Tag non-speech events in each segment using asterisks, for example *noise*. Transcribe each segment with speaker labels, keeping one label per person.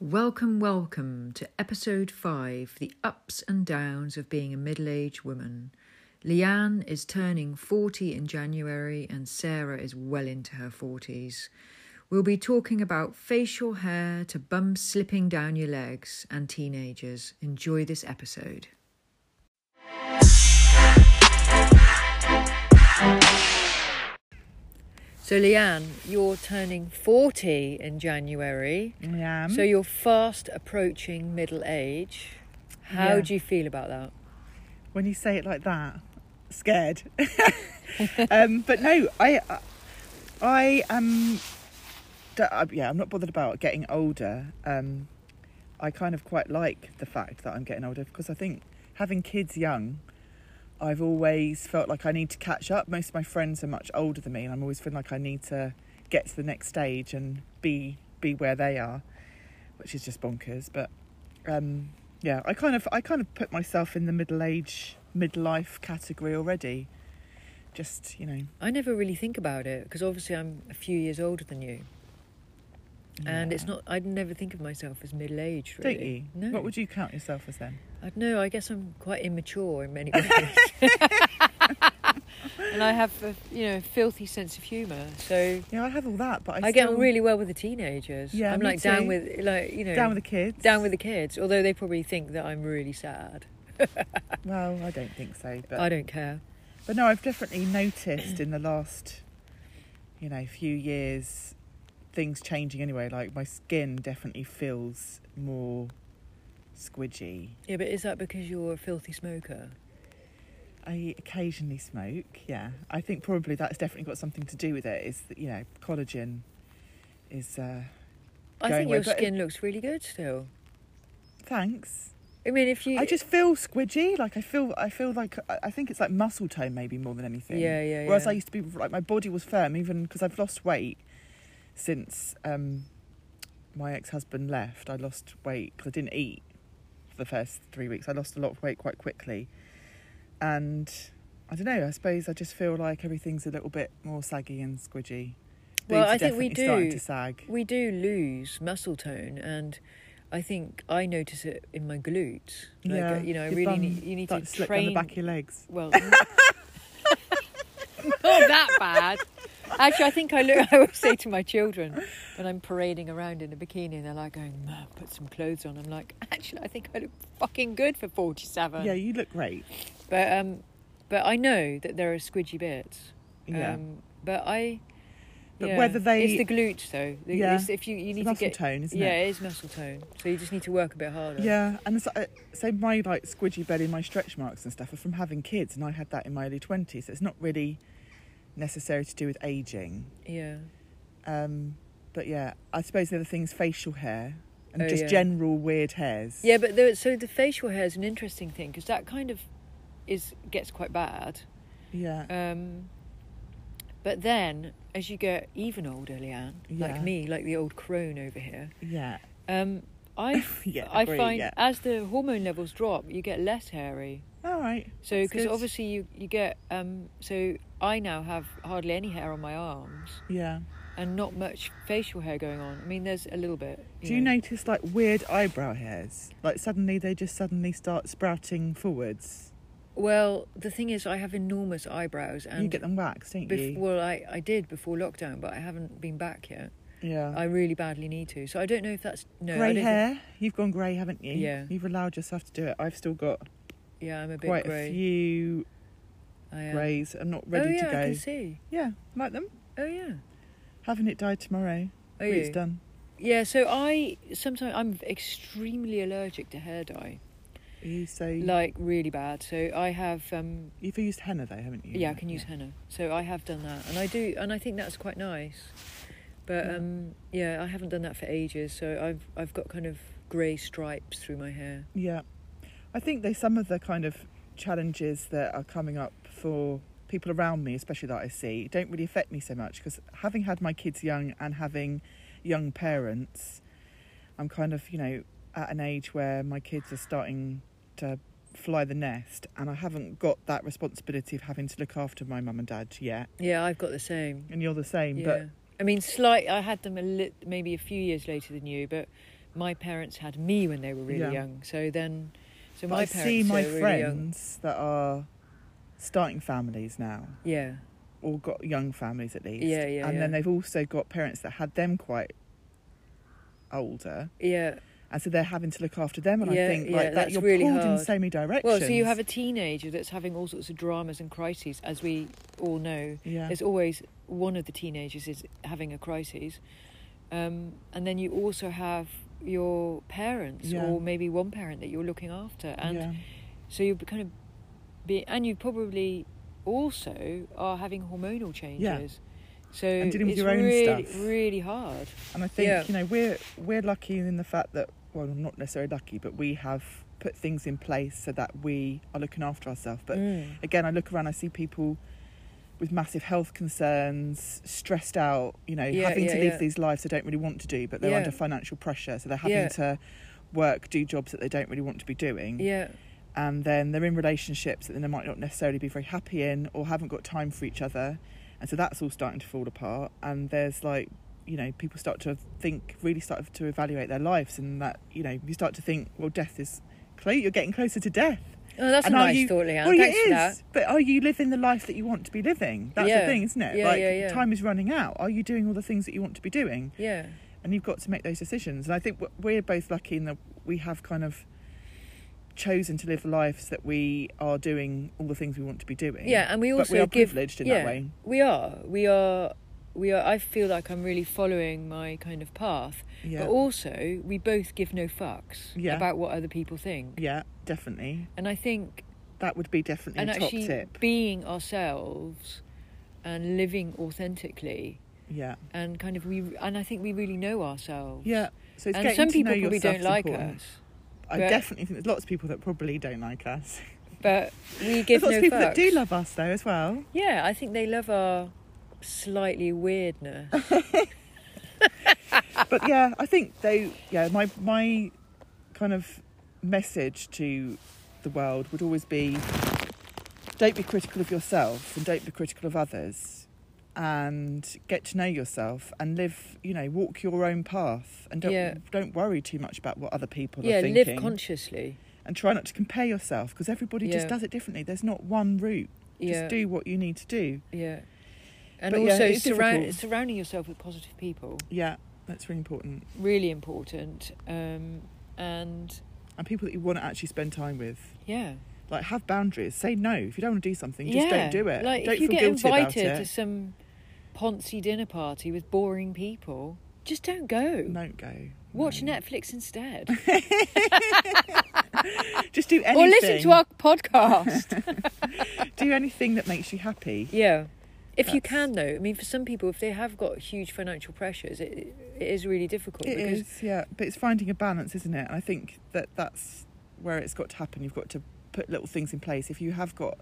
Speaker 1: Welcome, welcome to episode five The Ups and Downs of Being a Middle Aged Woman. Leanne is turning 40 in January, and Sarah is well into her 40s. We'll be talking about facial hair to bum slipping down your legs and teenagers. Enjoy this episode. So, Leanne, you're turning 40 in January.
Speaker 2: I am.
Speaker 1: So you're fast approaching middle age. How
Speaker 2: Yeah.
Speaker 1: do you feel about that?
Speaker 2: when you say it like that, scared. *laughs* um, but no, I, I- I am. d- uh, Yeah, I'm not bothered about getting older. Um, I kind of quite like the fact that I'm getting older because I think having kids young, I've always felt like I need to catch up. Most of my friends are much older than me, and I'm always feeling like I need to get to the next stage and be be where they are, which is just bonkers. But um, yeah, I kind of I kind of put myself in the middle age midlife category already. Just you know,
Speaker 1: I never really think about it because obviously I'm a few years older than you. And it's
Speaker 2: Yeah.
Speaker 1: not, I'd never think of myself as middle aged, really.
Speaker 2: don't you?
Speaker 1: No.
Speaker 2: What would you count yourself as then?
Speaker 1: I don't know, I guess I'm quite immature in many *laughs* ways. and I have a, you know, filthy sense of humour. So
Speaker 2: Yeah, I have all that, but I,
Speaker 1: I, get on
Speaker 2: still-
Speaker 1: really well with the teenagers.
Speaker 2: Yeah,
Speaker 1: I'm
Speaker 2: me
Speaker 1: like down
Speaker 2: too.
Speaker 1: with, like, you know,
Speaker 2: down with the kids.
Speaker 1: down
Speaker 2: *laughs*
Speaker 1: with the kids, although they probably think that I'm really sad.
Speaker 2: Well, I don't think so, but
Speaker 1: I don't care.
Speaker 2: but no, I've definitely noticed in the last you know few years things changing anyway. Like my skin definitely feels more squidgy.
Speaker 1: Yeah, but is that because you're a filthy smoker?
Speaker 2: I occasionally smoke. Yeah, I think probably that's definitely got something to do with it. Is that you know collagen is uh,
Speaker 1: I
Speaker 2: Going
Speaker 1: think your
Speaker 2: away, but-
Speaker 1: skin looks really good still.
Speaker 2: thanks.
Speaker 1: I mean, if you,
Speaker 2: I just feel squidgy. Like I feel I feel like I I think it's like muscle tone maybe more than anything.
Speaker 1: yeah, yeah, yeah.
Speaker 2: Whereas I used to be like my body was firm even because I've lost weight since um, my ex-husband left. I lost weight because I didn't eat for the first three weeks. I lost a lot of weight quite quickly, and I don't know. I suppose I just feel like everything's a little bit more saggy and squidgy.
Speaker 1: Well,
Speaker 2: Boobs are
Speaker 1: I think we
Speaker 2: definitely starting
Speaker 1: do.
Speaker 2: to sag.
Speaker 1: we do lose muscle tone, and I think I notice it in my glutes. Like,
Speaker 2: Yeah,
Speaker 1: uh, you know, I
Speaker 2: your
Speaker 1: really
Speaker 2: bum
Speaker 1: need you need to
Speaker 2: Like slip on
Speaker 1: train.
Speaker 2: the back of your legs. *laughs*
Speaker 1: Well, n- not that bad. Actually, I think I look. I always say to my children when I'm parading around in a bikini, they're like going, "Mum, put some clothes on." I'm like, actually, I think I look fucking good for 47.
Speaker 2: Yeah, you look great.
Speaker 1: But um, but I know that there are squidgy bits.
Speaker 2: Yeah,
Speaker 1: Um, but I.
Speaker 2: But
Speaker 1: yeah,
Speaker 2: whether they-
Speaker 1: it's the glutes though. The-
Speaker 2: Yeah.
Speaker 1: it's- if you you
Speaker 2: It's
Speaker 1: need to
Speaker 2: muscle
Speaker 1: get
Speaker 2: tone, isn't
Speaker 1: yeah,
Speaker 2: it?
Speaker 1: it is muscle tone. So you just need to work a bit harder.
Speaker 2: Yeah, and so, uh, so my like squidgy belly, my stretch marks and stuff are from having kids, and I had that in my early twenties. So it's not really necessary to do with aging.
Speaker 1: yeah.
Speaker 2: Um, but yeah, I suppose the other thing's facial hair and
Speaker 1: Oh,
Speaker 2: just
Speaker 1: yeah.
Speaker 2: general weird hairs.
Speaker 1: Yeah, but the, so the facial hair is an interesting thing because that kind of is gets quite bad.
Speaker 2: yeah,
Speaker 1: Um, but then as you get even older, Leanne,
Speaker 2: Yeah.
Speaker 1: like me, like the old crone over here,
Speaker 2: yeah,
Speaker 1: um, I
Speaker 2: *laughs* yeah.
Speaker 1: I
Speaker 2: agree,
Speaker 1: find
Speaker 2: yeah.
Speaker 1: as the hormone levels drop, you get less hairy.
Speaker 2: all right.
Speaker 1: So,
Speaker 2: That's
Speaker 1: because
Speaker 2: good.
Speaker 1: obviously you you get um, so I now have hardly any hair on my arms
Speaker 2: Yeah.
Speaker 1: and not much facial hair going on. I mean, there's a little bit.
Speaker 2: Do you notice like weird eyebrow hairs? Like suddenly they just suddenly start sprouting forwards.
Speaker 1: Well, the thing is, I have enormous eyebrows, and
Speaker 2: you get them waxed, don't
Speaker 1: bef-
Speaker 2: you?
Speaker 1: well, I I did before lockdown, but I haven't been back yet.
Speaker 2: yeah.
Speaker 1: I really badly need to. So I don't know if that's no I
Speaker 2: grey
Speaker 1: don't
Speaker 2: hair. You've gone grey, haven't you?
Speaker 1: Yeah.
Speaker 2: You've allowed yourself to do it. I've still got
Speaker 1: Think, yeah, I'm a bit
Speaker 2: quite a
Speaker 1: grey.
Speaker 2: few
Speaker 1: I am.
Speaker 2: greys. I'm not ready
Speaker 1: oh yeah,
Speaker 2: to go.
Speaker 1: I can see.
Speaker 2: Yeah, like them.
Speaker 1: Oh yeah.
Speaker 2: Having it dyed tomorrow.
Speaker 1: Oh
Speaker 2: it's
Speaker 1: you?
Speaker 2: done.
Speaker 1: Yeah. So I sometimes I'm extremely allergic to hair dye,
Speaker 2: You so
Speaker 1: like really bad. So I have um,
Speaker 2: you've used henna though, haven't you?
Speaker 1: Yeah, I can use henna. So I have done that, and I do, and I think that's quite nice. But
Speaker 2: Yeah.
Speaker 1: um, yeah, I haven't done that for ages, so I've I've got kind of grey stripes through my hair.
Speaker 2: Yeah. I think there's some of the kind of challenges that are coming up for people around me, especially that I see, don't really affect me so much because having had my kids young and having young parents, I'm kind of, you know, at an age where my kids are starting to fly the nest and I haven't got that responsibility of having to look after my mum and dad yet.
Speaker 1: Yeah, I've got the same.
Speaker 2: And you're the same,
Speaker 1: Yeah,
Speaker 2: but
Speaker 1: I mean, slight. I had them a lit, maybe a few years later than you, but my parents had me when they were really
Speaker 2: Yeah.
Speaker 1: young. So then, so
Speaker 2: But
Speaker 1: my
Speaker 2: I
Speaker 1: parents
Speaker 2: see my
Speaker 1: who are really young.
Speaker 2: friends that are starting families now,
Speaker 1: Yeah,
Speaker 2: or got young families at least.
Speaker 1: Yeah, yeah,
Speaker 2: And
Speaker 1: yeah.
Speaker 2: then they've also got parents that had them quite older,
Speaker 1: yeah.
Speaker 2: and so they're having to look after them. And
Speaker 1: Yeah,
Speaker 2: I think
Speaker 1: yeah,
Speaker 2: like that,
Speaker 1: that's
Speaker 2: you're
Speaker 1: really
Speaker 2: pulled in
Speaker 1: hard.
Speaker 2: so many directions.
Speaker 1: Well, so you have a teenager that's having all sorts of dramas and crises, as we all know.
Speaker 2: yeah,
Speaker 1: There's always one of the teenagers is having a crisis, um, and then you also have your parents
Speaker 2: Yeah.
Speaker 1: or maybe one parent that you're looking after, and
Speaker 2: yeah.
Speaker 1: so you kind of be, and you probably also are having hormonal changes. So
Speaker 2: And dealing with
Speaker 1: it's
Speaker 2: your own
Speaker 1: really,
Speaker 2: stuff.
Speaker 1: really hard.
Speaker 2: And I think
Speaker 1: Yeah.
Speaker 2: you know we're we're lucky in the fact that well not necessarily lucky, but we have put things in place so that we are looking after ourselves. But
Speaker 1: Mm.
Speaker 2: again, I look around, I see people with massive health concerns, stressed out, you know,
Speaker 1: Yeah,
Speaker 2: having to
Speaker 1: yeah,
Speaker 2: live
Speaker 1: yeah.
Speaker 2: these lives they don't really want to do, but they're
Speaker 1: Yeah.
Speaker 2: under financial pressure, so they're having
Speaker 1: Yeah.
Speaker 2: to work, do jobs that they don't really want to be doing,
Speaker 1: yeah,
Speaker 2: and then they're in relationships that then they might not necessarily be very happy in or haven't got time for each other, and so that's all starting to fall apart. And there's like, you know, people start to think, really start to evaluate their lives, and that you know, you start to think, well, death is close, you're getting closer to death.
Speaker 1: oh, that's
Speaker 2: And
Speaker 1: a
Speaker 2: are
Speaker 1: nice
Speaker 2: you-
Speaker 1: thought, Leanne.
Speaker 2: Well, it
Speaker 1: Thanks
Speaker 2: is,
Speaker 1: for that.
Speaker 2: but are you living the life that you want to be living? That's
Speaker 1: Yeah.
Speaker 2: the thing, isn't it?
Speaker 1: Yeah,
Speaker 2: like
Speaker 1: yeah, yeah.
Speaker 2: time is running out. Are you doing all the things that you want to be doing?
Speaker 1: Yeah,
Speaker 2: And you've got to make those decisions. And I think w- we're both lucky in that we have kind of chosen to live the lives that we are doing all the things we want to be doing.
Speaker 1: yeah, and we
Speaker 2: but
Speaker 1: also
Speaker 2: we are
Speaker 1: give
Speaker 2: privileged in
Speaker 1: yeah,
Speaker 2: that way.
Speaker 1: We are. We are. We are. I feel like I'm really following my kind of path,
Speaker 2: Yeah.
Speaker 1: but also we both give no fucks
Speaker 2: Yeah.
Speaker 1: about what other people think.
Speaker 2: yeah, definitely.
Speaker 1: And I think,
Speaker 2: That would be definitely
Speaker 1: and
Speaker 2: a top
Speaker 1: actually
Speaker 2: tip.
Speaker 1: being ourselves and living authentically,
Speaker 2: Yeah.
Speaker 1: and kind of we, and I think we really know ourselves.
Speaker 2: Yeah. So it's
Speaker 1: and
Speaker 2: getting
Speaker 1: some
Speaker 2: to
Speaker 1: people
Speaker 2: know
Speaker 1: probably
Speaker 2: yourself
Speaker 1: don't
Speaker 2: is
Speaker 1: like
Speaker 2: important.
Speaker 1: us,
Speaker 2: I
Speaker 1: but-
Speaker 2: definitely think there's lots of people that probably don't like us. *laughs*
Speaker 1: but we give
Speaker 2: there's lots
Speaker 1: no
Speaker 2: of people
Speaker 1: fucks.
Speaker 2: that do love us though as well.
Speaker 1: Yeah, I think they love our slightly weirdness.
Speaker 2: but yeah, I think though, yeah, my my kind of message to the world would always be: don't be critical of yourself and don't be critical of others, and get to know yourself and live. You know, walk your own path and don't
Speaker 1: Yeah.
Speaker 2: don't worry too much about what other people
Speaker 1: yeah,
Speaker 2: are thinking.
Speaker 1: live consciously.
Speaker 2: and try not to compare yourself because everybody
Speaker 1: Yeah.
Speaker 2: just does it differently. There's not one route.
Speaker 1: Yeah.
Speaker 2: Just do what you need to do.
Speaker 1: Yeah. And
Speaker 2: But yeah,
Speaker 1: also
Speaker 2: it's
Speaker 1: surround,
Speaker 2: difficult.
Speaker 1: surrounding yourself with positive people,
Speaker 2: Yeah, that's really important.
Speaker 1: really important. Um, and
Speaker 2: And people that you want to actually spend time with.
Speaker 1: yeah,
Speaker 2: like have boundaries say no if you don't want to do something just
Speaker 1: yeah.
Speaker 2: don't do it
Speaker 1: Like
Speaker 2: don't
Speaker 1: if you
Speaker 2: feel
Speaker 1: get
Speaker 2: guilty
Speaker 1: invited
Speaker 2: about
Speaker 1: to
Speaker 2: it
Speaker 1: some poncy dinner party with boring people, just don't go.
Speaker 2: don't go
Speaker 1: Watch
Speaker 2: no.
Speaker 1: Netflix instead,
Speaker 2: just *laughs* do anything
Speaker 1: or listen to our podcast.
Speaker 2: *laughs* do anything that makes you happy
Speaker 1: yeah, if you
Speaker 2: That's-
Speaker 1: can though. I mean, for some people, if they have got huge financial pressures, it, it is really difficult.
Speaker 2: It
Speaker 1: because
Speaker 2: is, yeah but it's finding a balance isn't it and i think that that's where it's got to happen you've got to put little things in place if you have got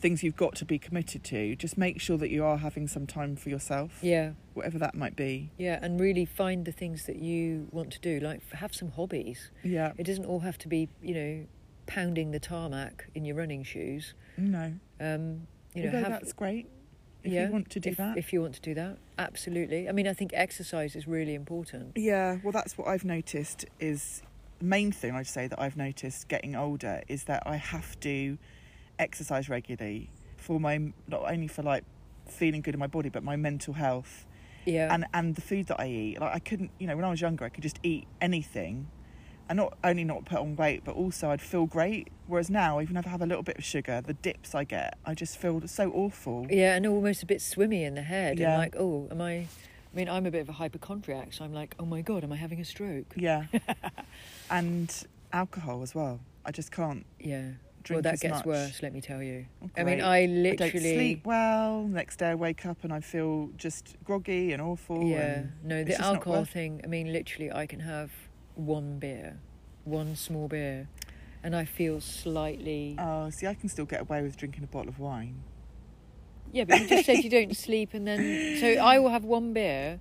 Speaker 2: things you've got to be committed to just make sure that you are having some time for yourself
Speaker 1: yeah,
Speaker 2: whatever that might be
Speaker 1: yeah, and really find the things that you want to do. Like have some hobbies.
Speaker 2: yeah
Speaker 1: It doesn't all have to be, you know, pounding the tarmac in your running shoes.
Speaker 2: no
Speaker 1: Um, you know,
Speaker 2: Although
Speaker 1: have,
Speaker 2: that's great if
Speaker 1: yeah,
Speaker 2: you want to do
Speaker 1: if,
Speaker 2: that
Speaker 1: if you want to do that, absolutely. I mean, I think exercise is really important.
Speaker 2: Yeah, well, that's what I've noticed is the main thing I'd say that I've noticed getting older is that I have to exercise regularly for my not only for like feeling good in my body but my mental health
Speaker 1: Yeah,
Speaker 2: and and the food that I eat. Like I couldn't, you know, when I was younger, I could just eat anything. And not only not put on weight, but also I'd feel great. Whereas now, even if I have a little bit of sugar, the dips I get, I just feel so awful.
Speaker 1: yeah, and almost a bit swimmy in the head.
Speaker 2: Yeah.
Speaker 1: And like, oh, am I? I mean, I'm a bit of a hypochondriac, so I'm like, oh my god, am I having a stroke?
Speaker 2: Yeah.
Speaker 1: *laughs*
Speaker 2: and alcohol as well. I just can't
Speaker 1: Yeah.
Speaker 2: drink
Speaker 1: well, that
Speaker 2: as
Speaker 1: gets
Speaker 2: much.
Speaker 1: worse. Let me tell you.
Speaker 2: Oh,
Speaker 1: I mean,
Speaker 2: great.
Speaker 1: I
Speaker 2: I don't
Speaker 1: literally.
Speaker 2: sleep well. Next day I wake up and I feel just groggy and awful.
Speaker 1: Yeah,
Speaker 2: and
Speaker 1: no,
Speaker 2: it's
Speaker 1: the
Speaker 2: just not
Speaker 1: alcohol
Speaker 2: worth-
Speaker 1: thing. I mean, literally, I can have one beer, one small beer, and I feel slightly.
Speaker 2: Oh, see, I can still get away with drinking a bottle of wine.
Speaker 1: yeah, but you just said you don't sleep, and then so I will have one beer,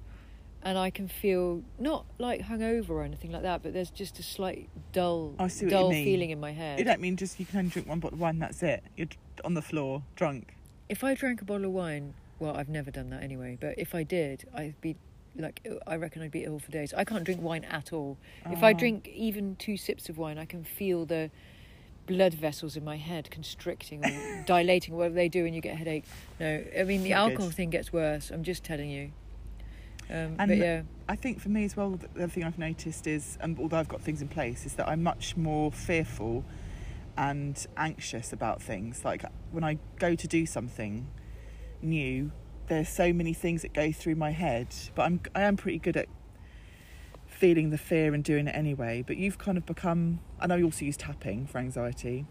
Speaker 1: and I can feel not like hungover or anything like that, but there's just a slight dull,
Speaker 2: I see what you
Speaker 1: dull
Speaker 2: mean.
Speaker 1: feeling in my head.
Speaker 2: You don't mean just you can only drink one bottle of wine. That's it. You're d- on the floor drunk.
Speaker 1: If I drank a bottle of wine, well, I've never done that anyway, but if I did, I'd be like ill- I reckon I'd be ill for days. I can't drink wine at all. If I
Speaker 2: Ah.
Speaker 1: drink even two sips of wine, I can feel the blood vessels in my head constricting
Speaker 2: *laughs*
Speaker 1: or dilating, whatever they do, and you get headache. No, I mean the
Speaker 2: Not good.
Speaker 1: alcohol thing gets worse. I'm just telling you. Um, but
Speaker 2: And-
Speaker 1: yeah,
Speaker 2: I think for me as well, the other thing I've noticed is, and although I've got things in place, is that I'm much more fearful and anxious about things. Like when I go to do something new, there's so many things that go through my head, but I'm I am pretty good at feeling the fear and doing it anyway. But you've kind of become. I know you also use tapping for anxiety,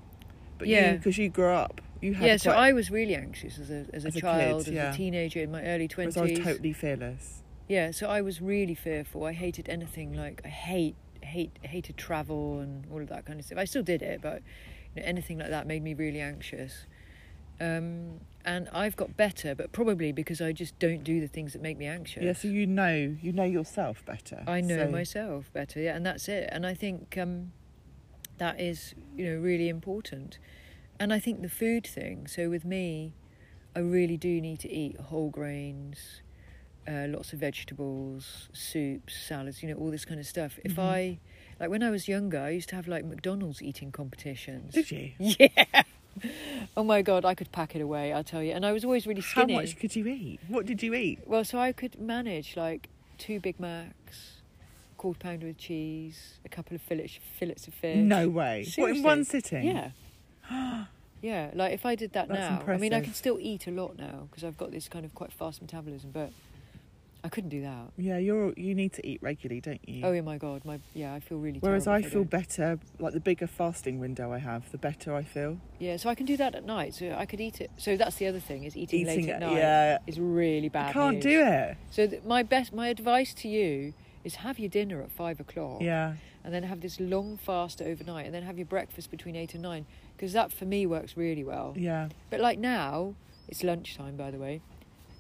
Speaker 2: but yeah,
Speaker 1: Yeah.
Speaker 2: because you, grew up, you had
Speaker 1: yeah.
Speaker 2: quite,
Speaker 1: So I was really anxious as a as a
Speaker 2: As a kid,
Speaker 1: child, as
Speaker 2: yeah.
Speaker 1: a teenager, in my early
Speaker 2: whereas
Speaker 1: twenties.
Speaker 2: I was totally fearless.
Speaker 1: Yeah, so I was really fearful. I hated anything like I hate hate hated travel and all of that kind of stuff. I still did it, but you know, anything like that made me really anxious. Um, and I've got better, but probably because I just don't do the things that make me anxious.
Speaker 2: Yeah, so you know, you know yourself better.
Speaker 1: I know
Speaker 2: so-
Speaker 1: myself better, yeah, and that's it. And I think um, that is, you know, really important. And I think the food thing. So with me, I really do need to eat whole grains, uh, lots of vegetables, soups, salads, you know, all this kind of stuff.
Speaker 2: Mm-hmm.
Speaker 1: If I, like when I was younger, I used to have like McDonald's eating competitions.
Speaker 2: Did you?
Speaker 1: *laughs* Yeah. Oh my god, I could pack it away. I tell you. And I was always really skinny.
Speaker 2: How much could you eat? What did you eat?
Speaker 1: Well, so I could manage like two Big Macs, quarter pounder with cheese, a couple of fillets, fillets of fish.
Speaker 2: No way. What in
Speaker 1: Uh, Seriously?
Speaker 2: one sitting?
Speaker 1: Yeah. yeah. *gasps* Like if I did that
Speaker 2: That's
Speaker 1: now, I mean, I
Speaker 2: impressive.
Speaker 1: can still eat a lot now because I've got this kind of quite fast metabolism, but I couldn't do that.
Speaker 2: Yeah, you're you need to eat regularly, don't you?
Speaker 1: Oh yeah, my god, my yeah, I feel really.
Speaker 2: Whereas I
Speaker 1: terrible if
Speaker 2: feel
Speaker 1: don't.
Speaker 2: better, like the bigger fasting window I have, the better I feel.
Speaker 1: yeah, so I can do that at night. So I could eat it. So that's the other thing is eating, late at night
Speaker 2: Yeah,
Speaker 1: is really bad.
Speaker 2: I can't
Speaker 1: news.
Speaker 2: do it.
Speaker 1: So th- my best, my advice to you is have your dinner at five o'clock.
Speaker 2: Yeah,
Speaker 1: and then have this long fast overnight and then have your breakfast between 8 and 9 because that for me works really well
Speaker 2: yeah.
Speaker 1: but like now it's lunchtime by the way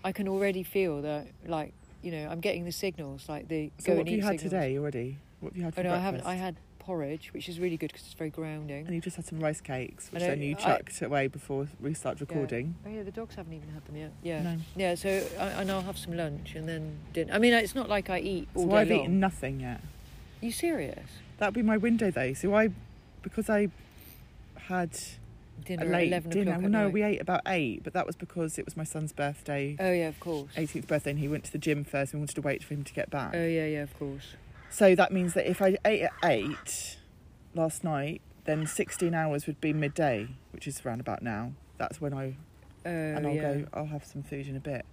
Speaker 1: i can already feel that like you know i'm getting the signals like the
Speaker 2: So
Speaker 1: go
Speaker 2: what
Speaker 1: and
Speaker 2: have you
Speaker 1: eat
Speaker 2: had
Speaker 1: signals.
Speaker 2: today already? What have you had for
Speaker 1: oh no i
Speaker 2: breakfast?
Speaker 1: haven't i had porridge which is really good because it's very grounding
Speaker 2: And you just had some rice cakes, which
Speaker 1: I know,
Speaker 2: then you
Speaker 1: I-
Speaker 2: chucked away before we start recording.
Speaker 1: oh yeah the dogs haven't even had them yet yeah
Speaker 2: No.
Speaker 1: yeah so I, and i'll have some lunch and then dinner i mean it's not like i eat all
Speaker 2: So
Speaker 1: day
Speaker 2: I've
Speaker 1: long
Speaker 2: eaten nothing yet.
Speaker 1: you serious
Speaker 2: That'd be my window though. So I, because I had
Speaker 1: dinner
Speaker 2: a late
Speaker 1: at 11
Speaker 2: dinner.
Speaker 1: o'clock
Speaker 2: Well,
Speaker 1: at
Speaker 2: no,
Speaker 1: night.
Speaker 2: we ate about eight, but that was because it was my son's birthday.
Speaker 1: oh yeah of course
Speaker 2: 18th birthday and he went to the gym first and we wanted to wait for him to get back.
Speaker 1: oh yeah yeah of course
Speaker 2: So that means that if I ate at 8 last night, then 16 hours would be midday, which is around about now. That's when I
Speaker 1: oh
Speaker 2: and I'll
Speaker 1: yeah.
Speaker 2: go I'll have some food in a bit.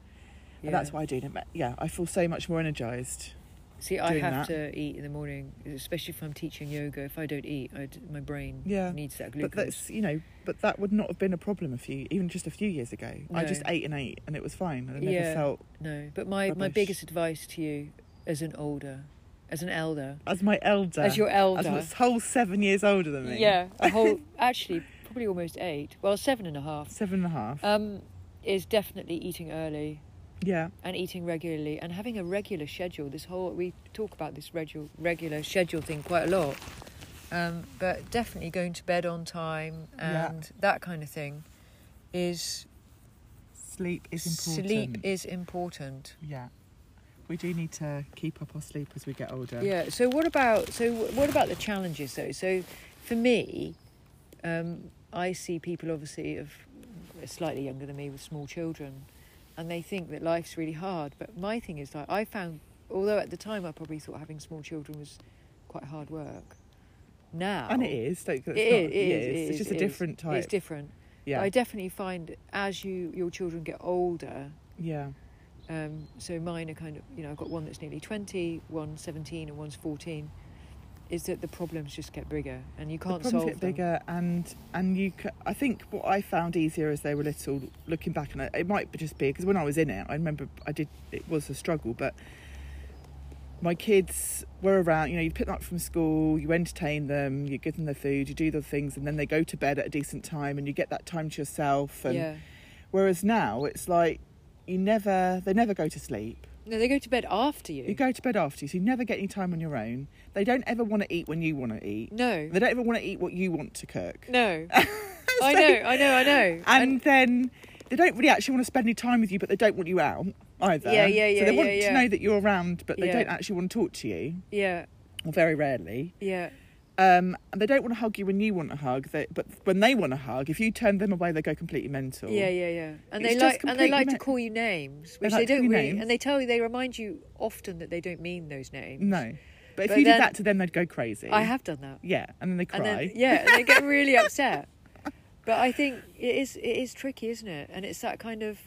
Speaker 1: yeah.
Speaker 2: And that's why I do it. Yeah, I feel so much more energized.
Speaker 1: See, I
Speaker 2: doing
Speaker 1: have to eat in the morning, especially if I'm teaching yoga. If I don't eat, I d my brain
Speaker 2: Yeah,
Speaker 1: needs that
Speaker 2: But
Speaker 1: glucose.
Speaker 2: that's, you know, but that would not have been a problem a few even just a few years ago. I
Speaker 1: No.
Speaker 2: just ate and ate and it was fine and I never
Speaker 1: Yeah.
Speaker 2: felt
Speaker 1: no, but my, my
Speaker 2: Rubbish.
Speaker 1: biggest advice to you, as an older, as an elder,
Speaker 2: as my elder
Speaker 1: as your
Speaker 2: as
Speaker 1: elder,
Speaker 2: my whole 7 years older than me.
Speaker 1: yeah, a
Speaker 2: *laughs*
Speaker 1: whole actually probably almost eight, well seven and a half,
Speaker 2: Seven and a half.
Speaker 1: um, is definitely eating early
Speaker 2: yeah.
Speaker 1: and eating regularly and having a regular schedule. This whole we talk about this regular regular schedule thing quite a lot, um, but definitely going to bed on time
Speaker 2: Yeah.
Speaker 1: and that kind of thing is
Speaker 2: Sleep is important.
Speaker 1: Sleep is important.
Speaker 2: Yeah. We do need to keep up our sleep as we get older.
Speaker 1: Yeah. So what about so what about the challenges though? So for me, um, I see people obviously of uh, slightly younger than me with small children, and they think that life's really hard. But my thing is like I found, although at the time I probably thought having small children was quite hard work. Now
Speaker 2: And it is. Don't, it's
Speaker 1: It
Speaker 2: not,
Speaker 1: is, it is, it
Speaker 2: It's
Speaker 1: is,
Speaker 2: just
Speaker 1: it
Speaker 2: a
Speaker 1: is.
Speaker 2: different type.
Speaker 1: It's different.
Speaker 2: yeah.
Speaker 1: I definitely find as you your children get older,
Speaker 2: yeah.
Speaker 1: Um, so mine are kind of, you know, I've got one that's nearly 20, one 17, and one's 14. Is that the problems just get bigger and you can't
Speaker 2: the problems
Speaker 1: solve
Speaker 2: get
Speaker 1: them.
Speaker 2: bigger, and and you. c I I think what I found easier as they were little, looking back, and it, it might be just be because when I was in it, I remember I did. It was a struggle, but my kids were around. You know, you pick them up from school, you entertain them, you give them their food, you do the things, and then they go to bed at a decent time, and you get that time to yourself. And
Speaker 1: Yeah.
Speaker 2: whereas now it's like you never, they never go to sleep.
Speaker 1: No, they go to bed after you.
Speaker 2: You go to bed after, so you never get any time on your own. They don't ever want to eat when you want to eat.
Speaker 1: no.
Speaker 2: They don't ever want to eat what you want to cook. *laughs*
Speaker 1: No. I know, I know, I know.
Speaker 2: And then they don't really actually want to spend any time with you, but they don't want you out either.
Speaker 1: Yeah, yeah, yeah,
Speaker 2: So they
Speaker 1: yeah,
Speaker 2: want
Speaker 1: yeah.
Speaker 2: to know that you're around, but they
Speaker 1: Yeah.
Speaker 2: don't actually want to talk to you,
Speaker 1: yeah,
Speaker 2: or very rarely.
Speaker 1: yeah,
Speaker 2: Um, and they don't want to hug you when you want a hug. They, but when they want a hug, if you turn them away, they go completely mental.
Speaker 1: yeah, yeah, yeah. And they
Speaker 2: It's just
Speaker 1: like and they
Speaker 2: completely
Speaker 1: like to
Speaker 2: ma-
Speaker 1: call you names,
Speaker 2: They
Speaker 1: which
Speaker 2: like
Speaker 1: they
Speaker 2: to call
Speaker 1: don't
Speaker 2: you
Speaker 1: really.
Speaker 2: names.
Speaker 1: And they tell you they remind you often that they don't mean those names.
Speaker 2: No. But if
Speaker 1: But
Speaker 2: you
Speaker 1: then-
Speaker 2: did that to them, they'd go crazy.
Speaker 1: I have done that.
Speaker 2: Yeah, and then they cry.
Speaker 1: and then yeah, and they
Speaker 2: *laughs*
Speaker 1: get really upset. But I think it is it is tricky, isn't it? And it's that kind of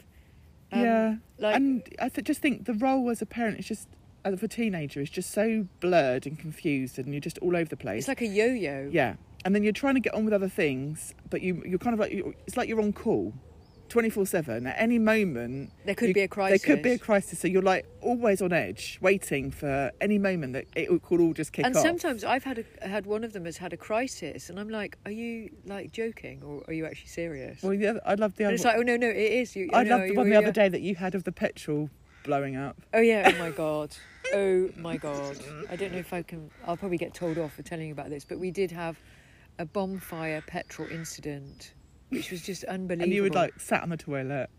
Speaker 1: um,
Speaker 2: yeah.
Speaker 1: like
Speaker 2: and I th- just think the role as a parent is just, of a teenager, is just so blurred and confused, and you're just all over the place.
Speaker 1: it's like a yo-yo.
Speaker 2: Yeah, and then you're trying to get on with other things, but you you're kind of like you it's like you're on call, twenty four seven. At any moment,
Speaker 1: There could
Speaker 2: you-
Speaker 1: be a crisis.
Speaker 2: There could be a crisis, so you're like always on edge, waiting for any moment that it could all just kick
Speaker 1: and
Speaker 2: off.
Speaker 1: sometimes I've had a, had one of them has had a crisis, and I'm like, are you like joking or are you actually serious?
Speaker 2: well, the other, I love the
Speaker 1: and
Speaker 2: other.
Speaker 1: it's like, oh no, no, it is you.
Speaker 2: I
Speaker 1: oh, no,
Speaker 2: love
Speaker 1: are
Speaker 2: the
Speaker 1: you-
Speaker 2: one
Speaker 1: are
Speaker 2: the
Speaker 1: you-
Speaker 2: other day that you had of the petrol blowing up.
Speaker 1: Oh yeah, oh
Speaker 2: *laughs*
Speaker 1: my god. Oh my god. I don't know if I can I'll probably get told off for telling you about this, but we did have a bonfire petrol incident which was just unbelievable.
Speaker 2: And you were like sat on the toilet.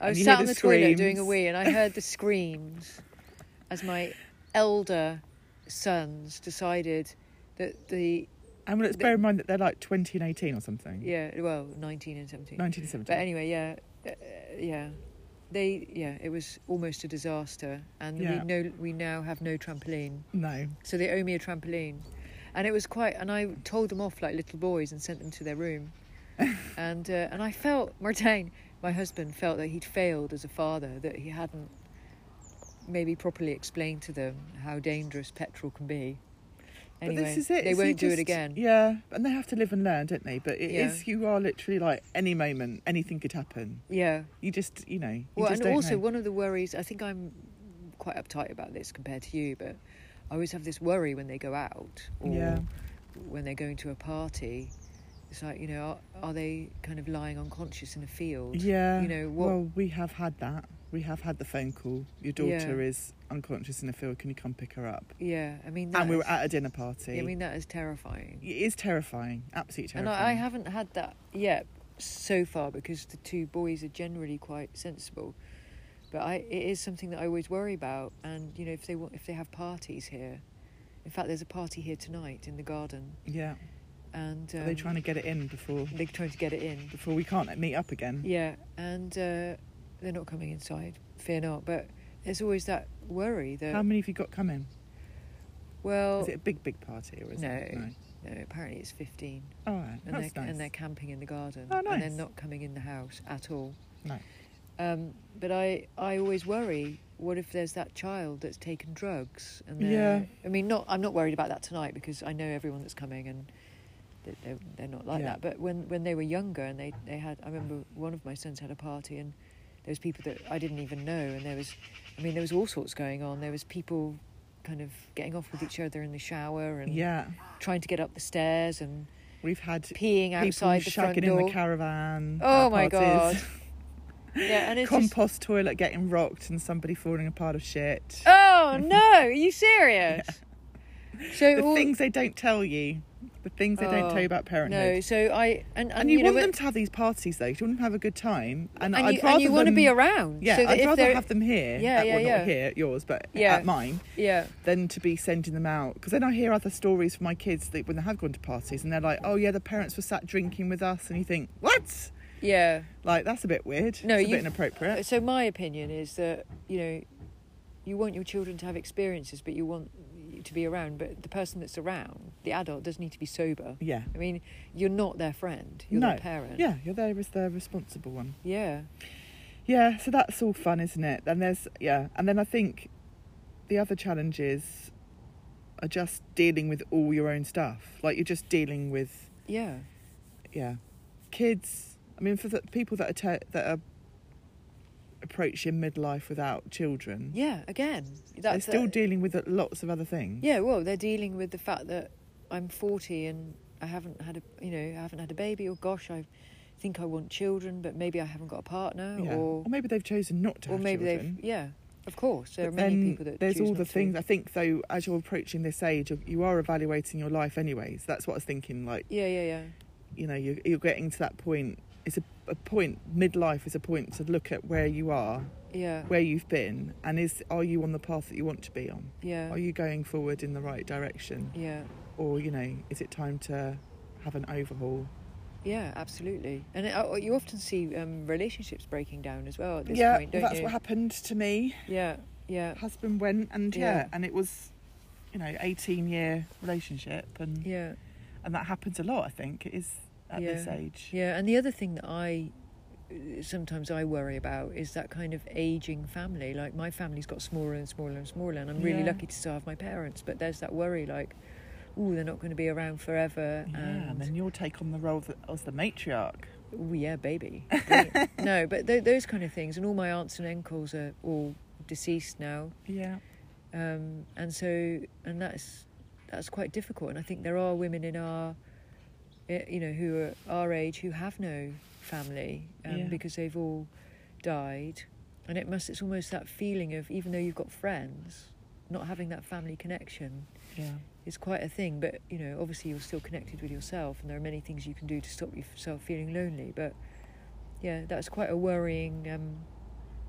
Speaker 1: I
Speaker 2: and
Speaker 1: was
Speaker 2: you
Speaker 1: sat
Speaker 2: hear
Speaker 1: on
Speaker 2: the
Speaker 1: the toilet doing a
Speaker 2: screams.
Speaker 1: wee and I heard the screams as my elder sons decided that the
Speaker 2: And let's bear in mind that they're like 20 and 18 or something.
Speaker 1: yeah, well, 19 and 17.
Speaker 2: 1970.
Speaker 1: But anyway, yeah, uh, yeah, they yeah, it was almost a disaster, and
Speaker 2: Yeah.
Speaker 1: we know we now have no trampoline.
Speaker 2: no.
Speaker 1: So they owe me a trampoline. And it was quite, and I told them off like little boys and sent them to their
Speaker 2: *laughs*
Speaker 1: room. and uh, and I felt, *laughs* Martijn, my husband, felt that he'd failed as a father, that he hadn't maybe properly explained to them how dangerous petrol can be. Anyway,
Speaker 2: but this is it.
Speaker 1: they
Speaker 2: is you
Speaker 1: won't do
Speaker 2: just-
Speaker 1: it again.
Speaker 2: Yeah, and they have to live and learn, don't they? But it is
Speaker 1: Yeah.
Speaker 2: you are literally like any moment, anything could happen.
Speaker 1: yeah.
Speaker 2: You just, you know, you
Speaker 1: Well,
Speaker 2: just
Speaker 1: and
Speaker 2: don't
Speaker 1: also
Speaker 2: know.
Speaker 1: one of the worries. I think I'm quite uptight about this compared to you, but I always have this worry when they go out or
Speaker 2: Yeah.
Speaker 1: when they're going to a party. It's like you know, are, are they kind of lying unconscious in a field?
Speaker 2: yeah,
Speaker 1: you know, what-
Speaker 2: Well, we have had that. We have had the phone call. Your
Speaker 1: Yeah.
Speaker 2: daughter is unconscious in the field. Can you come pick her up?
Speaker 1: Yeah, I mean,
Speaker 2: And we were
Speaker 1: that's-
Speaker 2: at a dinner party.
Speaker 1: I mean, that is terrifying.
Speaker 2: it is terrifying. Absolutely
Speaker 1: And
Speaker 2: terrifying.
Speaker 1: I, I haven't had that yet so far because the two boys are generally quite sensible. But I, it is something that I always worry about. And you know, if they wa- if they have parties here, in fact, there's a party here tonight in the garden.
Speaker 2: Yeah.
Speaker 1: and um,
Speaker 2: Are they trying to get it in before
Speaker 1: *laughs* they're trying to get it in.
Speaker 2: before we can't meet up again?
Speaker 1: Yeah, and uh, they're not coming inside. Fear not, but there's always that worry that
Speaker 2: How many have you got coming?
Speaker 1: well,
Speaker 2: Is it a big, big party or is it?
Speaker 1: No. no, apparently it's 15,
Speaker 2: Oh, all right.
Speaker 1: and
Speaker 2: That's
Speaker 1: they're
Speaker 2: nice.
Speaker 1: and they're camping in the garden,
Speaker 2: Oh,
Speaker 1: and they're
Speaker 2: nice.
Speaker 1: not coming in the house at all.
Speaker 2: No.
Speaker 1: Um, but I, I always worry. What if there's that child that's taken drugs? And they're-
Speaker 2: Yeah.
Speaker 1: I mean, not. I'm not worried about that tonight because I know everyone that's coming and that they're, they're not like
Speaker 2: Yeah.
Speaker 1: that. But when when they were younger and they they had, I remember one of my sons had a party and there was people that I didn't even know and there was, I mean, there was all sorts going on. There was people kind of getting off with each other in the shower and
Speaker 2: Yeah.
Speaker 1: trying to get up the stairs and
Speaker 2: We've had
Speaker 1: peeing outside the
Speaker 2: people
Speaker 1: front
Speaker 2: shagging
Speaker 1: door.
Speaker 2: in the caravan.
Speaker 1: oh
Speaker 2: at
Speaker 1: my god!
Speaker 2: parties. *laughs*
Speaker 1: Yeah, and it's just-
Speaker 2: Compost toilet getting rocked and somebody falling a pile of shit.
Speaker 1: Oh no, are you
Speaker 2: *laughs*
Speaker 1: serious? So
Speaker 2: the
Speaker 1: all-
Speaker 2: things they don't tell you. The things they don't
Speaker 1: Oh,
Speaker 2: tell you about parenthood.
Speaker 1: No, so I and, and,
Speaker 2: and you,
Speaker 1: know,
Speaker 2: want
Speaker 1: when-
Speaker 2: them to have these parties though. You want them to have a good time. And,
Speaker 1: and
Speaker 2: I'd
Speaker 1: you,
Speaker 2: rather
Speaker 1: and you want to
Speaker 2: them-
Speaker 1: be around.
Speaker 2: Yeah,
Speaker 1: so that
Speaker 2: I'd
Speaker 1: if
Speaker 2: rather
Speaker 1: they're-
Speaker 2: have them here.
Speaker 1: Yeah,
Speaker 2: at,
Speaker 1: yeah,
Speaker 2: well,
Speaker 1: yeah.
Speaker 2: Not here at yours, but
Speaker 1: Yeah.
Speaker 2: at mine.
Speaker 1: Yeah,
Speaker 2: Than to be sending them out because then I hear other stories from my kids that when they have gone to parties and they're like, "Oh yeah, the parents were sat drinking with us," and you think, "What?
Speaker 1: yeah.
Speaker 2: Like that's a bit weird.
Speaker 1: No,
Speaker 2: it's a
Speaker 1: you-
Speaker 2: bit inappropriate."
Speaker 1: So my opinion is that you know, you want your children to have experiences, but you want to be around. But the person that's around, the adult, does need to be sober.
Speaker 2: Yeah.
Speaker 1: I mean, you're not their friend. You're
Speaker 2: no.
Speaker 1: their parent.
Speaker 2: Yeah, you're there as the responsible one.
Speaker 1: Yeah.
Speaker 2: Yeah, so that's all fun, isn't it? And there's yeah, and then I think the other challenges are just dealing with all your own stuff. Like you're just dealing with
Speaker 1: Yeah.
Speaker 2: yeah, kids. I mean, for the people that are te- that are approaching midlife without children,
Speaker 1: Yeah. Again,
Speaker 2: they're
Speaker 1: that's
Speaker 2: still
Speaker 1: that-
Speaker 2: dealing with lots of other things.
Speaker 1: Yeah, well, they're dealing with the fact that I'm 40 and I haven't had a, you know, I haven't had a baby, or gosh, I think I want children, but maybe I haven't got a partner,
Speaker 2: Yeah.
Speaker 1: or
Speaker 2: maybe they've chosen not to.
Speaker 1: or
Speaker 2: have
Speaker 1: maybe
Speaker 2: children.
Speaker 1: they've, yeah, of course, there
Speaker 2: But
Speaker 1: are many
Speaker 2: then
Speaker 1: people that
Speaker 2: there's
Speaker 1: choose
Speaker 2: all
Speaker 1: not
Speaker 2: the
Speaker 1: to.
Speaker 2: things I think though as you're approaching this age you- you are evaluating your life anyways that's what I was thinking like
Speaker 1: Yeah, yeah, yeah,
Speaker 2: you know you're, you're getting to that point it's a, a point midlife is a point to look at where you are
Speaker 1: yeah,
Speaker 2: where you've been and is are you on the path that you want to be on?
Speaker 1: yeah,
Speaker 2: Are you going forward in the right direction?
Speaker 1: yeah,
Speaker 2: Or, you know, is it time to have an overhaul?
Speaker 1: yeah, absolutely. And it, uh, you often see um, relationships breaking down as well at this
Speaker 2: yeah,
Speaker 1: point, don't
Speaker 2: that's
Speaker 1: you?
Speaker 2: what happened to me.
Speaker 1: yeah, yeah,
Speaker 2: Husband went and yeah,
Speaker 1: Yeah.
Speaker 2: and it was you know, eighteen year relationship and
Speaker 1: yeah,
Speaker 2: and that happens a lot, I think, it is at
Speaker 1: Yeah.
Speaker 2: this age.
Speaker 1: yeah. And the other thing that I uh, sometimes I worry about is that kind of aging family. Like my family's got smaller and smaller and smaller, and I'm really
Speaker 2: Yeah.
Speaker 1: lucky to still have my parents. But there's that worry, like, oh, they're not going to be around forever,
Speaker 2: Yeah,
Speaker 1: and,
Speaker 2: and then you'll take on the role that, as the matriarch.
Speaker 1: Ooh, yeah,
Speaker 2: *laughs*
Speaker 1: baby. Brilliant. no, but th- those kind of things. And all my aunts and uncles are all deceased now,
Speaker 2: Yeah.
Speaker 1: um, and so and that's that's quite difficult. And I think there are women in our, eh, you know, who are our age who have no family um,
Speaker 2: Yeah.
Speaker 1: because they've all died, and it must. It's almost that feeling of even though you've got friends, not having that family connection
Speaker 2: Yeah.
Speaker 1: is quite a thing. But you know, obviously, you're still connected with yourself, and there are many things you can do to stop yourself feeling lonely. But yeah, that's quite a worrying. Um,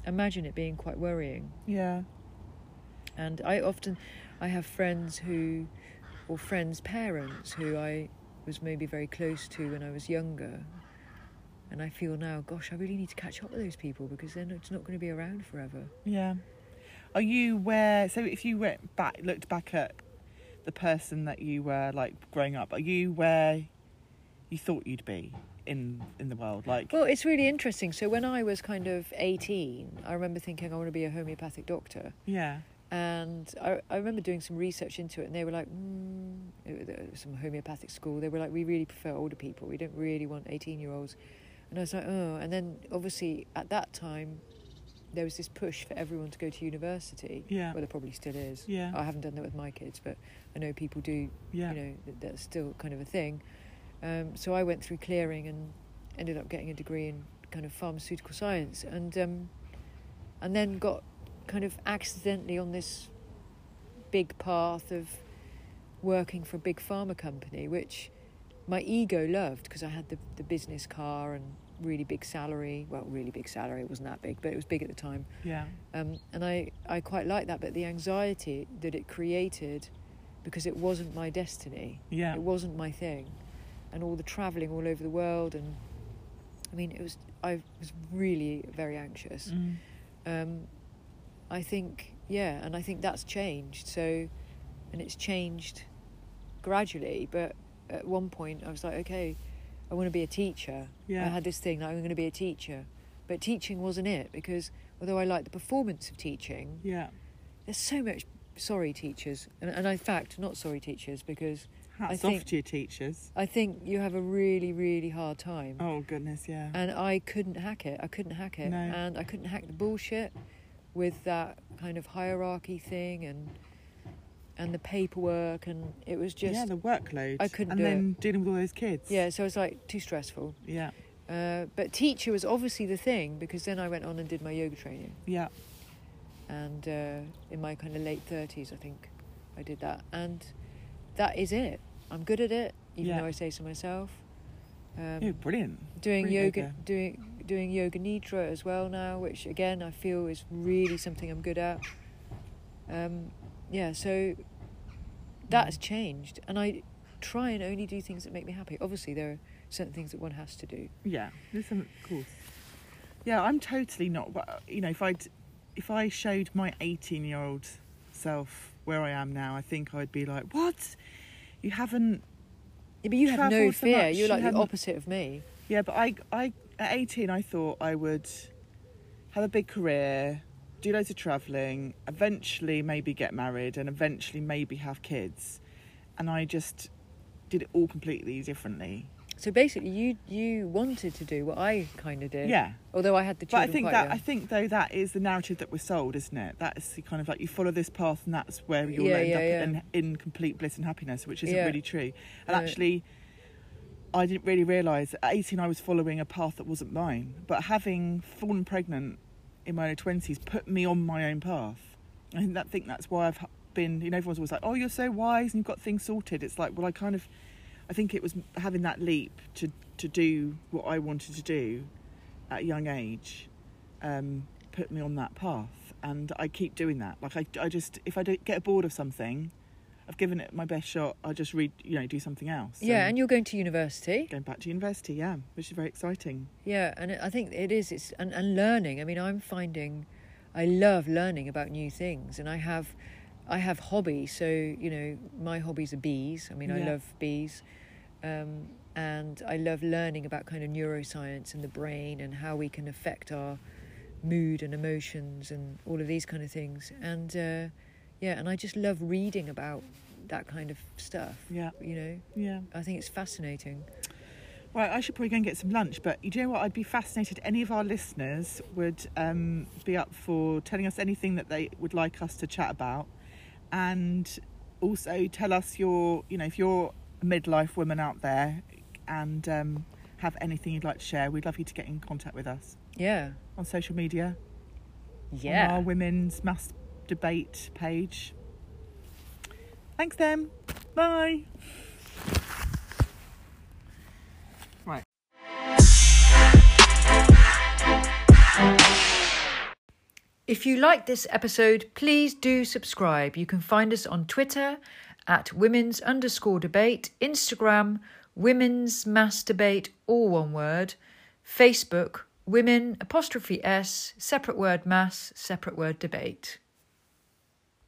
Speaker 1: imagine it being quite worrying.
Speaker 2: Yeah.
Speaker 1: And I often, I have friends who, or friends' parents who I was maybe very close to when I was younger. And I feel now, gosh, I really need to catch up with those people because then it's not going to be around forever.
Speaker 2: Yeah. Are you where? So if you went back, looked back at the person that you were like growing up, are you where you thought you'd be in in the world? Like,
Speaker 1: Well, it's really interesting. So when I was kind of 18, I remember thinking I want to be a homeopathic doctor.
Speaker 2: yeah,
Speaker 1: and I, I remember doing some research into it, and they were like, mm, it was- it was some homeopathic school. They were like, we really prefer older people. We don't really want eighteen-year-olds. And I was like, oh. And then obviously at that time, there was this push for everyone to go to university.
Speaker 2: yeah,
Speaker 1: Well, there probably still is.
Speaker 2: Yeah.
Speaker 1: I haven't done that with my kids, but I know people do.
Speaker 2: yeah,
Speaker 1: You know, that, that's still kind of a thing. Um, so I went through clearing and ended up getting a degree in kind of pharmaceutical science, and um, and then got kind of accidentally on this big path of working for a big pharma company, which my ego loved because I had the, the business car and really big salary. Well, really big salary. It wasn't that big, but it was big at the time.
Speaker 2: yeah,
Speaker 1: Um, and I, I quite liked that, but the anxiety that it created because it wasn't my destiny,
Speaker 2: yeah,
Speaker 1: it wasn't my thing, and all the travelling all over the world, and I mean, it was I was really very anxious.
Speaker 2: Mm.
Speaker 1: Um, I think yeah, and I think that's changed. So, and it's changed gradually, but at one point I was like, okay, I want to be a teacher.
Speaker 2: yeah.
Speaker 1: I had this thing that I'm going to be a teacher, but teaching wasn't it because although I like the performance of teaching,
Speaker 2: yeah,
Speaker 1: there's so much sorry teachers, and, and in fact, not sorry teachers because
Speaker 2: Hats
Speaker 1: I
Speaker 2: off
Speaker 1: think-
Speaker 2: to your teachers.
Speaker 1: I think you have a really really hard time,
Speaker 2: Oh goodness, yeah,
Speaker 1: and I couldn't hack it. I couldn't hack it,
Speaker 2: No.
Speaker 1: and I couldn't hack the bullshit with that kind of hierarchy thing and and the paperwork, and it was just
Speaker 2: yeah. The workload.
Speaker 1: I couldn't
Speaker 2: And
Speaker 1: do
Speaker 2: then dealing with all those kids.
Speaker 1: yeah. So it was like too stressful.
Speaker 2: yeah,
Speaker 1: Uh, but teacher was obviously the thing because then I went on and did my yoga training.
Speaker 2: yeah,
Speaker 1: and uh, in my kind of late 30s, I think I did that. And that is it. I'm good at it, even
Speaker 2: Yeah.
Speaker 1: though I say so myself. Um,
Speaker 2: yeah. Brilliant.
Speaker 1: doing
Speaker 2: brilliant
Speaker 1: yoga,
Speaker 2: yoga.
Speaker 1: doing doing yoga nidra as well now, which again I feel is really something I'm good at. Um, yeah, so that's
Speaker 2: Mm.
Speaker 1: changed, and I try and only do things that make me happy. Obviously, there are certain things that one has to do.
Speaker 2: Yeah, listen, of course. Yeah, I'm totally not. wha- You know, if I if I showed my 18 year old self where I am now, I think I'd be like, "What? You haven't?"
Speaker 1: Yeah, but you have no
Speaker 2: Travelled so
Speaker 1: fear.
Speaker 2: much,
Speaker 1: You're
Speaker 2: you
Speaker 1: like the
Speaker 2: haven't-
Speaker 1: opposite of me.
Speaker 2: Yeah, but I, I at 18, I thought I would have a big career, do loads of travelling, eventually maybe get married, and eventually maybe have kids. And I just did it all completely differently.
Speaker 1: So basically, you you wanted to do what I kind of did.
Speaker 2: Yeah.
Speaker 1: Although I had the
Speaker 2: But
Speaker 1: children
Speaker 2: I think
Speaker 1: quite
Speaker 2: that
Speaker 1: young.
Speaker 2: I think though that is the narrative that we're sold, isn't it? That is the kind of like you follow this path and that's where you'll
Speaker 1: Yeah,
Speaker 2: end
Speaker 1: yeah,
Speaker 2: up
Speaker 1: yeah.
Speaker 2: In, in complete bliss and happiness, which isn't
Speaker 1: Yeah.
Speaker 2: really true. And
Speaker 1: No.
Speaker 2: actually, I didn't really realise at eighteen I was following a path that wasn't mine. But having fallen pregnant in my early twenties put me on my own path. I think that think that's why I've h- been. You know, everyone's always like, "Oh, you're so wise and you've got things sorted." It's like, well, I kind of, I think it was having that leap to to do what I wanted to do at a young age um, put me on that path, and I keep doing that. Like I, I just if I don't get bored of something, I've given it my best shot. I just read, you know, do something else.
Speaker 1: Yeah, and you're going to university.
Speaker 2: going back to university, yeah, which is very exciting.
Speaker 1: Yeah, and I think it is. It's and, and learning. I mean, I'm finding, I love learning about new things, and I have, I have hobbies. So you know, my hobbies are bees. I mean, I
Speaker 2: Yeah.
Speaker 1: love bees, um, and I love learning about kind of neuroscience and the brain and how we can affect our mood and emotions and all of these kind of things. And uh, yeah, and I just love reading about that kind of stuff.
Speaker 2: Yeah,
Speaker 1: You know,
Speaker 2: yeah.
Speaker 1: I think it's fascinating.
Speaker 2: Right, I should probably go and get some lunch, but you know what? I'd be fascinated. Any of our listeners would um, be up for telling us anything that they would like us to chat about, and also tell us your, you know, if you're a midlife woman out there and um, have anything you'd like to share, we'd love you to get in contact with us
Speaker 1: Yeah.
Speaker 2: on social media, on
Speaker 1: Yeah.
Speaker 2: our women's mass debate page. Thanks, them. Bye. Right.
Speaker 3: If you like this episode, please do subscribe. You can find us on Twitter at women's underscore debate, Instagram, women's mass debate, all one word, Facebook, women apostrophe S, separate word mass, separate word debate.